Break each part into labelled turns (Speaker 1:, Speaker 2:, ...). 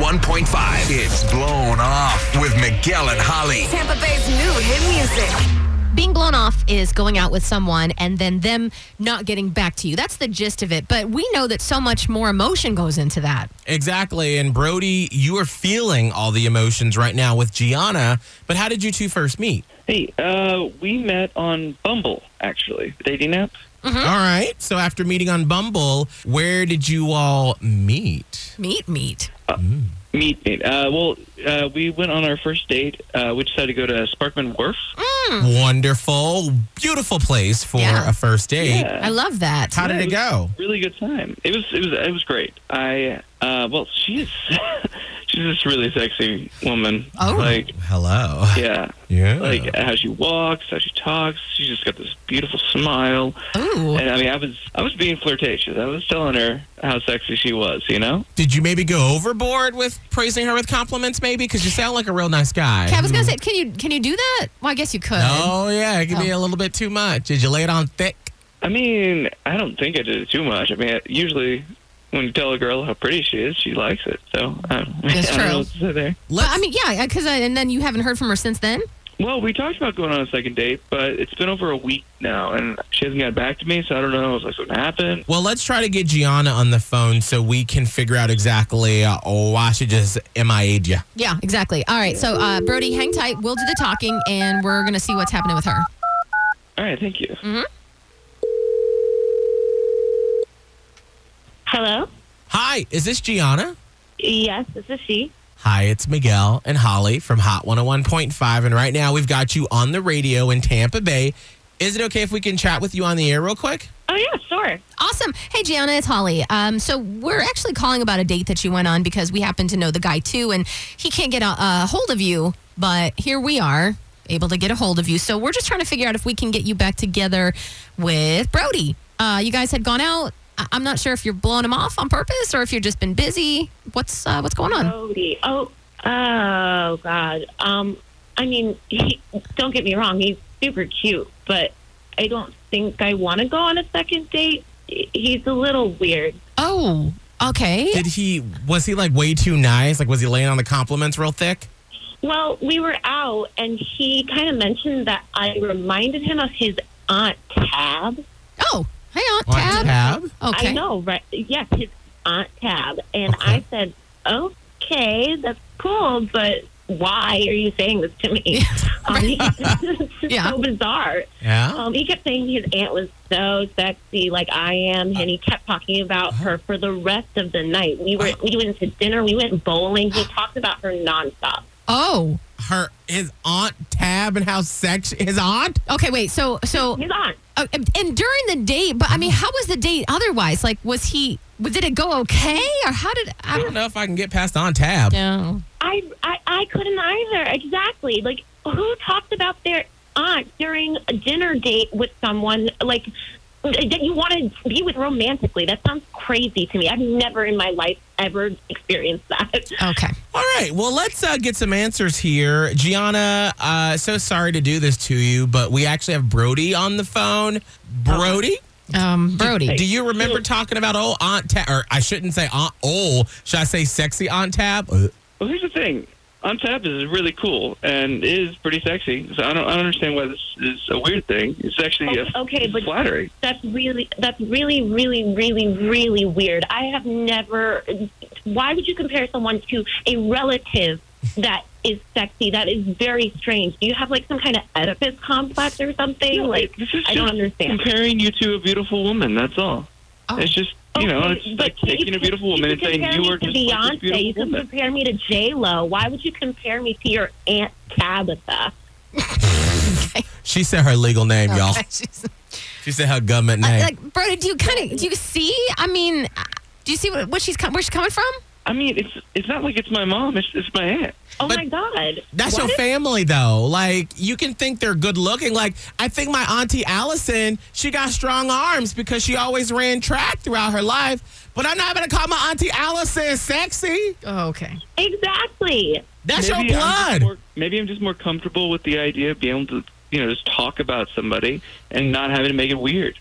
Speaker 1: 101.5. It's Blown Off with Miguel and Holly.
Speaker 2: Tampa Bay's new hit music.
Speaker 3: being blown off is going out with someone and then them not getting back to you. That's the gist of it. But we know that so much more emotion goes into that.
Speaker 4: Exactly. And Brody, you are feeling all the emotions right now with Gianna. But how did you two first meet?
Speaker 5: Hey, uh, we met on Bumble, actually, dating app.
Speaker 3: Mm-hmm.
Speaker 4: All right. So after meeting on Bumble, where did you all meet?
Speaker 3: Meet, meet.
Speaker 5: Meet me. Uh, well, uh, we went on our first date. Uh, we decided to go to Sparkman Wharf.
Speaker 4: Wonderful, beautiful place for
Speaker 3: Hmm. Yeah.
Speaker 4: a first date.
Speaker 5: Yeah.
Speaker 3: I love that.
Speaker 4: How did it go?
Speaker 5: Uh, Really good time. It was. It was. It was great. I. Uh, well, she is. she's this really sexy woman.
Speaker 3: Oh.
Speaker 5: Like,
Speaker 4: Hello.
Speaker 5: yeah.
Speaker 4: Yeah.
Speaker 5: Like how she walks, how she talks. She's just got this beautiful smile.
Speaker 3: Ooh.
Speaker 5: And I mean, I was. I was being flirtatious. I was telling her how sexy she was. You know.
Speaker 4: Did you maybe go overboard with praising her with compliments, maybe? Because you sound like a real nice guy.
Speaker 3: Okay, I was gonna say, can you can you do that? Well, I guess you could.
Speaker 4: Oh, yeah. It could be
Speaker 3: Oh.
Speaker 4: a little bit too much. Did you lay it on thick?
Speaker 5: I mean, I don't think I did it too much. I mean, I- usually when you tell a girl how pretty she is, she likes it. So I don't,
Speaker 3: That's
Speaker 5: I don't
Speaker 3: true.
Speaker 5: know what to say there.
Speaker 3: But,
Speaker 4: Let's,
Speaker 3: I mean, yeah, because and then you haven't heard from her since then.
Speaker 5: Well, we talked about going on a second date, but it's been over a week now, and she hasn't gotten back to me, so I don't know if that's what happened.
Speaker 4: Well, let's try to get Gianna on the phone so we can figure out exactly uh, why she just MIA'd you.
Speaker 3: Yeah, exactly. All right, so uh, Brody, hang tight. We'll do the talking, and we're gonna see what's happening with her.
Speaker 5: All right, thank you.
Speaker 6: Hello?
Speaker 4: Hi, is this Gianna?
Speaker 6: Yes, this is she.
Speaker 4: Hi, it's Miguel and Holly from Hot 101.5. And right now we've got you on the radio in Tampa Bay. Is it okay if we can chat with you on the air real quick?
Speaker 6: Oh, yeah, sure.
Speaker 3: Awesome. Hey, Gianna, it's Holly. Um, so we're actually calling about a date that you went on because we happen to know the guy too, and he can't get a, a hold of you. But here we are, able to get a hold of you. So we're just trying to figure out if we can get you back together with Brody. Uh, you guys had gone out. I- I'm not sure if you're blowing him off on purpose or if you've just been busy. What's uh, what's going on?
Speaker 6: Brody. Oh, oh, God. Um, I mean, he, don't get me wrong. He's super cute, but I don't think I want to go on a second date. He's a little weird.
Speaker 3: Oh, okay.
Speaker 4: Did he, was he like way too nice? Like, was he laying on the compliments real thick?
Speaker 6: Well, we were out, and he kind of mentioned that I reminded him of his aunt Tab.
Speaker 3: Oh, hang on,
Speaker 4: On
Speaker 3: Tab.
Speaker 4: tab?
Speaker 3: Okay.
Speaker 6: I know, right? Yes, his aunt Tab. And
Speaker 4: Okay.
Speaker 6: I said, okay, that's cool, but why are you saying this to me? um, he, this is
Speaker 3: Yeah.
Speaker 6: so bizarre.
Speaker 4: Yeah.
Speaker 6: Um, he kept saying his aunt was so sexy, like I am, and he kept talking about her for the rest of the night. We were we went to dinner, we went bowling. He talked about her nonstop.
Speaker 3: Oh,
Speaker 4: Her, his aunt Tab and how sexy, his aunt?
Speaker 3: okay. Wait. So so
Speaker 6: His aunt.
Speaker 3: Oh, and and during the date, but I mean, how was the date otherwise? Like, was he, was- did it go okay? Or how did, I
Speaker 4: I
Speaker 3: don't
Speaker 4: don't know if I can get past aunt Tab.
Speaker 3: know.
Speaker 6: I, I I couldn't either. Exactly. Like who talked about their aunt during a dinner date with someone like that you want to be with romantically? That sounds crazy to me. I've never in my life ever experienced that.
Speaker 3: Okay.
Speaker 4: All right. Well, let's uh, get some answers here. Gianna, uh, so sorry to do this to you, but we actually have Brody on the phone. Brody?
Speaker 3: Um, Brody.
Speaker 4: Do you remember talking about old Aunt Tab? Or I shouldn't say Aunt Old. Should I say sexy Aunt Tab? Uh,
Speaker 5: Well, here's the thing. On tap is really cool and is pretty sexy. So I don't, I don't understand why this is a weird thing. It's actually a,
Speaker 6: Oh, Okay, but-
Speaker 5: flattering.
Speaker 6: That's really that's really really really really weird. I have never. Why would you compare someone to a relative that is sexy? That is very strange. Do you have like some kind of Oedipus complex or something?
Speaker 5: No,
Speaker 6: like
Speaker 5: this is
Speaker 6: I don't
Speaker 5: just
Speaker 6: understand.
Speaker 5: Comparing you to a beautiful woman, that's all.
Speaker 3: Oh.
Speaker 5: It's just, you know,
Speaker 6: Okay,
Speaker 5: it's
Speaker 6: but
Speaker 5: like taking
Speaker 6: you
Speaker 5: a beautiful
Speaker 6: could-
Speaker 5: woman
Speaker 6: you
Speaker 5: and
Speaker 6: could
Speaker 5: saying
Speaker 6: compare
Speaker 5: you
Speaker 6: me
Speaker 5: were
Speaker 6: to
Speaker 5: just like this
Speaker 6: Beyonce. you
Speaker 5: beautiful
Speaker 6: could
Speaker 5: woman.
Speaker 6: compare me to J Lo. Why would you compare me to your aunt Tabitha?
Speaker 4: She said her legal name, y'all.
Speaker 3: She's-
Speaker 4: She said her government name.
Speaker 3: like, Brody, do you kind of, do you see, I mean, uh, do you see what, what she's, com- where she's coming from?
Speaker 5: I mean, it's it's not like it's my mom. It's it's my aunt.
Speaker 6: Oh
Speaker 4: But
Speaker 6: my God!
Speaker 4: That's
Speaker 6: What
Speaker 4: your family, though. Like, you can think they're good looking. Like, I think my auntie Allison, she got strong arms because she always ran track throughout her life. But I'm not going to call my auntie Allison sexy.
Speaker 3: Oh, okay.
Speaker 6: Exactly.
Speaker 4: That's
Speaker 5: Maybe
Speaker 4: your
Speaker 5: I'm just
Speaker 4: blood.
Speaker 5: more- maybe I'm just more comfortable with the idea of being able to, you know, just talk about somebody and not having to make it weird.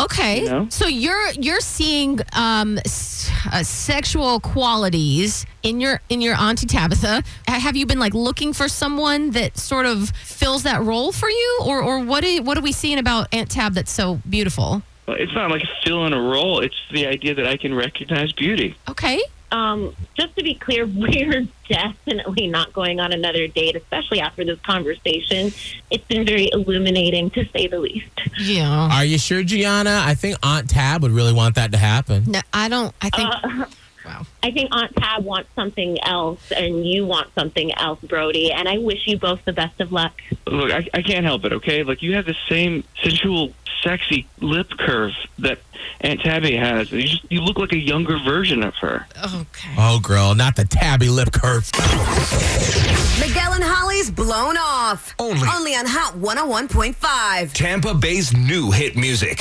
Speaker 3: Okay.
Speaker 5: You know?
Speaker 3: So you're you're seeing um, s- uh, sexual qualities in your in your auntie Tabitha. Ha- Have you been like looking for someone that sort of fills that role for you, or or what are, what are we seeing about Aunt Tab that's so beautiful?
Speaker 5: Well, It's not like filling a role. It's the idea that I can recognize beauty.
Speaker 3: Okay.
Speaker 6: um, just to be clear, we're definitely not going on another date, especially after this conversation. It's been very illuminating, to say the least.
Speaker 3: Yeah.
Speaker 4: Are you sure, Gianna? I think Aunt Tab would really want that to happen.
Speaker 3: No, I don't. I think.
Speaker 6: Uh,
Speaker 3: wow.
Speaker 6: I think Aunt Tab wants something else, and you want something else, Brody. And I wish you both the best of luck.
Speaker 5: Look, I, I can't help it, okay? Like, you have the same sensual, sexy lip curve that Aunt Tabby has. You, just, you look like a younger version of her.
Speaker 3: Okay.
Speaker 4: Oh, girl, not the tabby lip curve.
Speaker 2: Miguel and Holly's Blown Off.
Speaker 1: Only.
Speaker 2: oh Only on Hot 101.5.
Speaker 1: Tampa Bay's new hit music.